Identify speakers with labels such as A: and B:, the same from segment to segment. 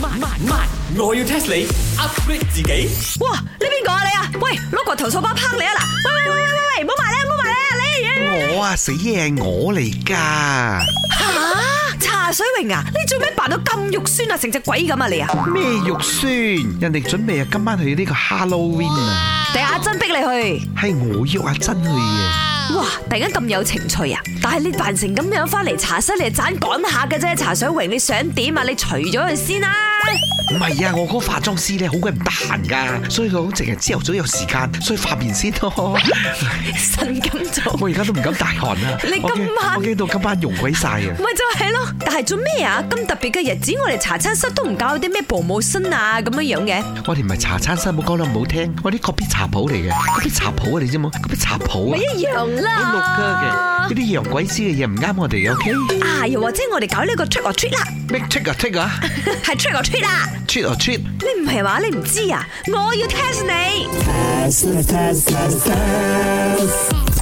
A: 慢慢慢，我要 test 你 upgrade 自己。
B: 哇！呢邊個啊你啊？喂，攞個投訴包抨你啊嗱！喂喂喂喂喂，唔好埋咧，唔好埋咧，你
C: 我啊死嘢係我嚟噶，
B: 吓茶水榮啊！你做咩扮到咁肉酸啊？成隻鬼咁啊你啊！
C: 咩肉酸？人哋準備啊今晚去呢個 Halloween 啊，
B: 定係阿珍逼你去？
C: 係我約阿珍去嘅。
B: 哇！突然間咁有情趣啊！但係你扮成咁樣翻嚟茶室，你係盞趕下嘅啫。茶水榮，你想點啊？你除咗佢先啦、
C: 唔係啊，我嗰個化妝師咧好鬼唔得閒噶，所以佢好淨係朝頭早有時間，所以化面先咯。
B: 神咁做，
C: 我而家都唔敢大汗啊！
B: 你今
C: 我驚
B: 晚
C: 我驚到今晚溶鬼晒啊！
B: 咪就係咯。但係做咩啊？咁特別嘅日子，我哋茶餐室都唔教啲咩保姆身啊咁樣樣嘅。
C: 我哋唔係茶餐室，冇講得唔好聽，我啲嗰邊茶鋪嚟嘅，嗰邊茶鋪啊，你知冇？嗰邊茶鋪
B: 咪
C: 啊，
B: 一樣
C: 好六
B: 啦
C: 家。嘅，呢啲洋鬼子嘅嘢唔啱我哋，OK？
B: 啊，又或者我哋搞呢個 trick or treat 啦，
C: 咩 trick 啊 trick 啊
B: 係 trick or treat 啦。
C: trick 啊 trick！
B: 你唔係話你唔知啊？我要 test 你。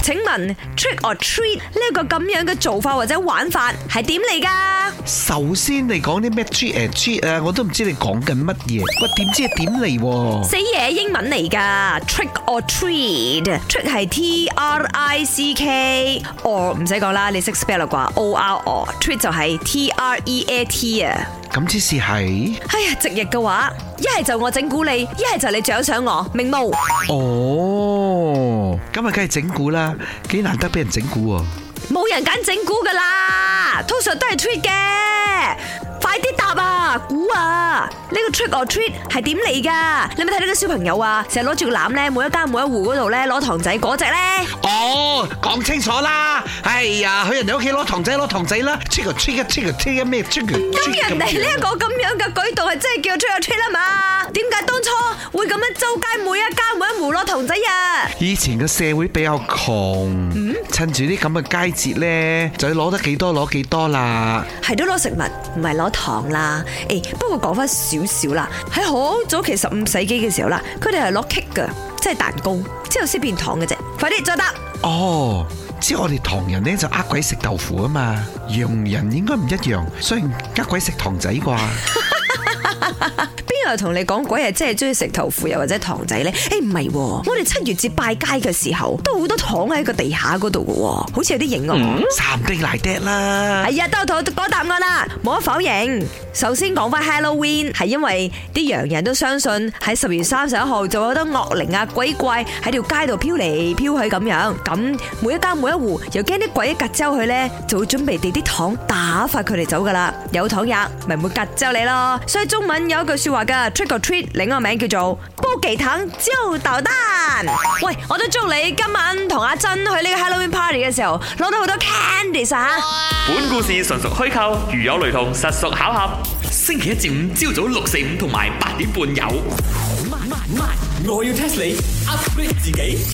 B: 請問 trick or treat 呢一個咁樣嘅做法或者玩法係點嚟㗎？
C: 首先你講啲咩 trick 啊 trick 啊，我都唔知你講緊乜嘢，我點知係點嚟喎？
B: 死嘢英文嚟㗎，trick or treat，trick 係 T R I C K，or 唔使講啦，你識 spell 啦啩，O R O，treat 就係 T R E A T 啊。
C: 咁即是係，
B: 哎呀，直譯嘅話，一係就我整蠱你，一係就你獎賞我，明冇？
C: 哦，咁啊，梗係整蠱啦，幾難得俾人整蠱喎。
B: 冇人揀整蠱噶啦，通常都係 trick 嘅。快啲答啊，估啊！呢、個 trick or treat 係點嚟噶？你有冇睇到啲小朋友啊，成日攞住個籃咧，每一家每一戶嗰度咧攞糖仔嗰只咧，
C: 哦，講清楚啦！哎呀，去人哋屋企攞糖仔攞糖仔啦，trick 啊 trick 啊 trick 啊 trick 啊咩 trick 啊
B: 咁
C: trick 啊
B: 人哋呢一個咁樣嘅舉動係真係叫 trick or treat 啦嘛？點解當初會咁樣周街每一家每一戶攞糖仔啊？
C: 以前嘅社會比較窮，
B: 嗯
C: 趁住啲咁嘅佳節呢，就要攞得幾多攞幾多啦。
B: 係都攞食物，唔係攞糖啦。誒、不過講翻少少啦，喺好早期十五世紀嘅時候啦，佢哋係攞 cake 噶，即係蛋糕，之後先變糖嘅啫。快啲再答，
C: 哦，知我哋唐人呢就呃鬼食豆腐啊嘛，洋人應該唔一樣，雖然呃鬼食糖仔啩。
B: 邊有同你講鬼係真係中意食豆腐又或者糖仔呢？誒、唔係喎，我哋七月節拜街嘅時候，都好多糖喺個地下嗰度嘅喎，好似有啲型
C: 嗯
B: 喎。
C: 三丁奶爹啦
B: 哎，呀，都到講答案啦，冇得否認。首先講翻 Halloween 係因為啲洋人都相信喺十月三十一號就有好多惡靈啊鬼怪喺條街度飄嚟飄去咁樣，咁每一家每一戶又驚啲鬼一隔周佢呢，就會準備地啲糖打發佢哋走噶啦。有糖吔咪唔會隔周你咯。所以中文有一句說話噶，trick or treat，另一個名叫做煲忌糖招豆丹。喂，我都祝你今晚同阿珍去呢個 Halloween party 嘅時候攞到好多 candies 啊！
D: 本故事純屬虛構，如有雷同，實屬巧合。星期一至五朝早六四五同埋八點半有。
A: 慢慢慢，我要 test 你 upgrade 自己。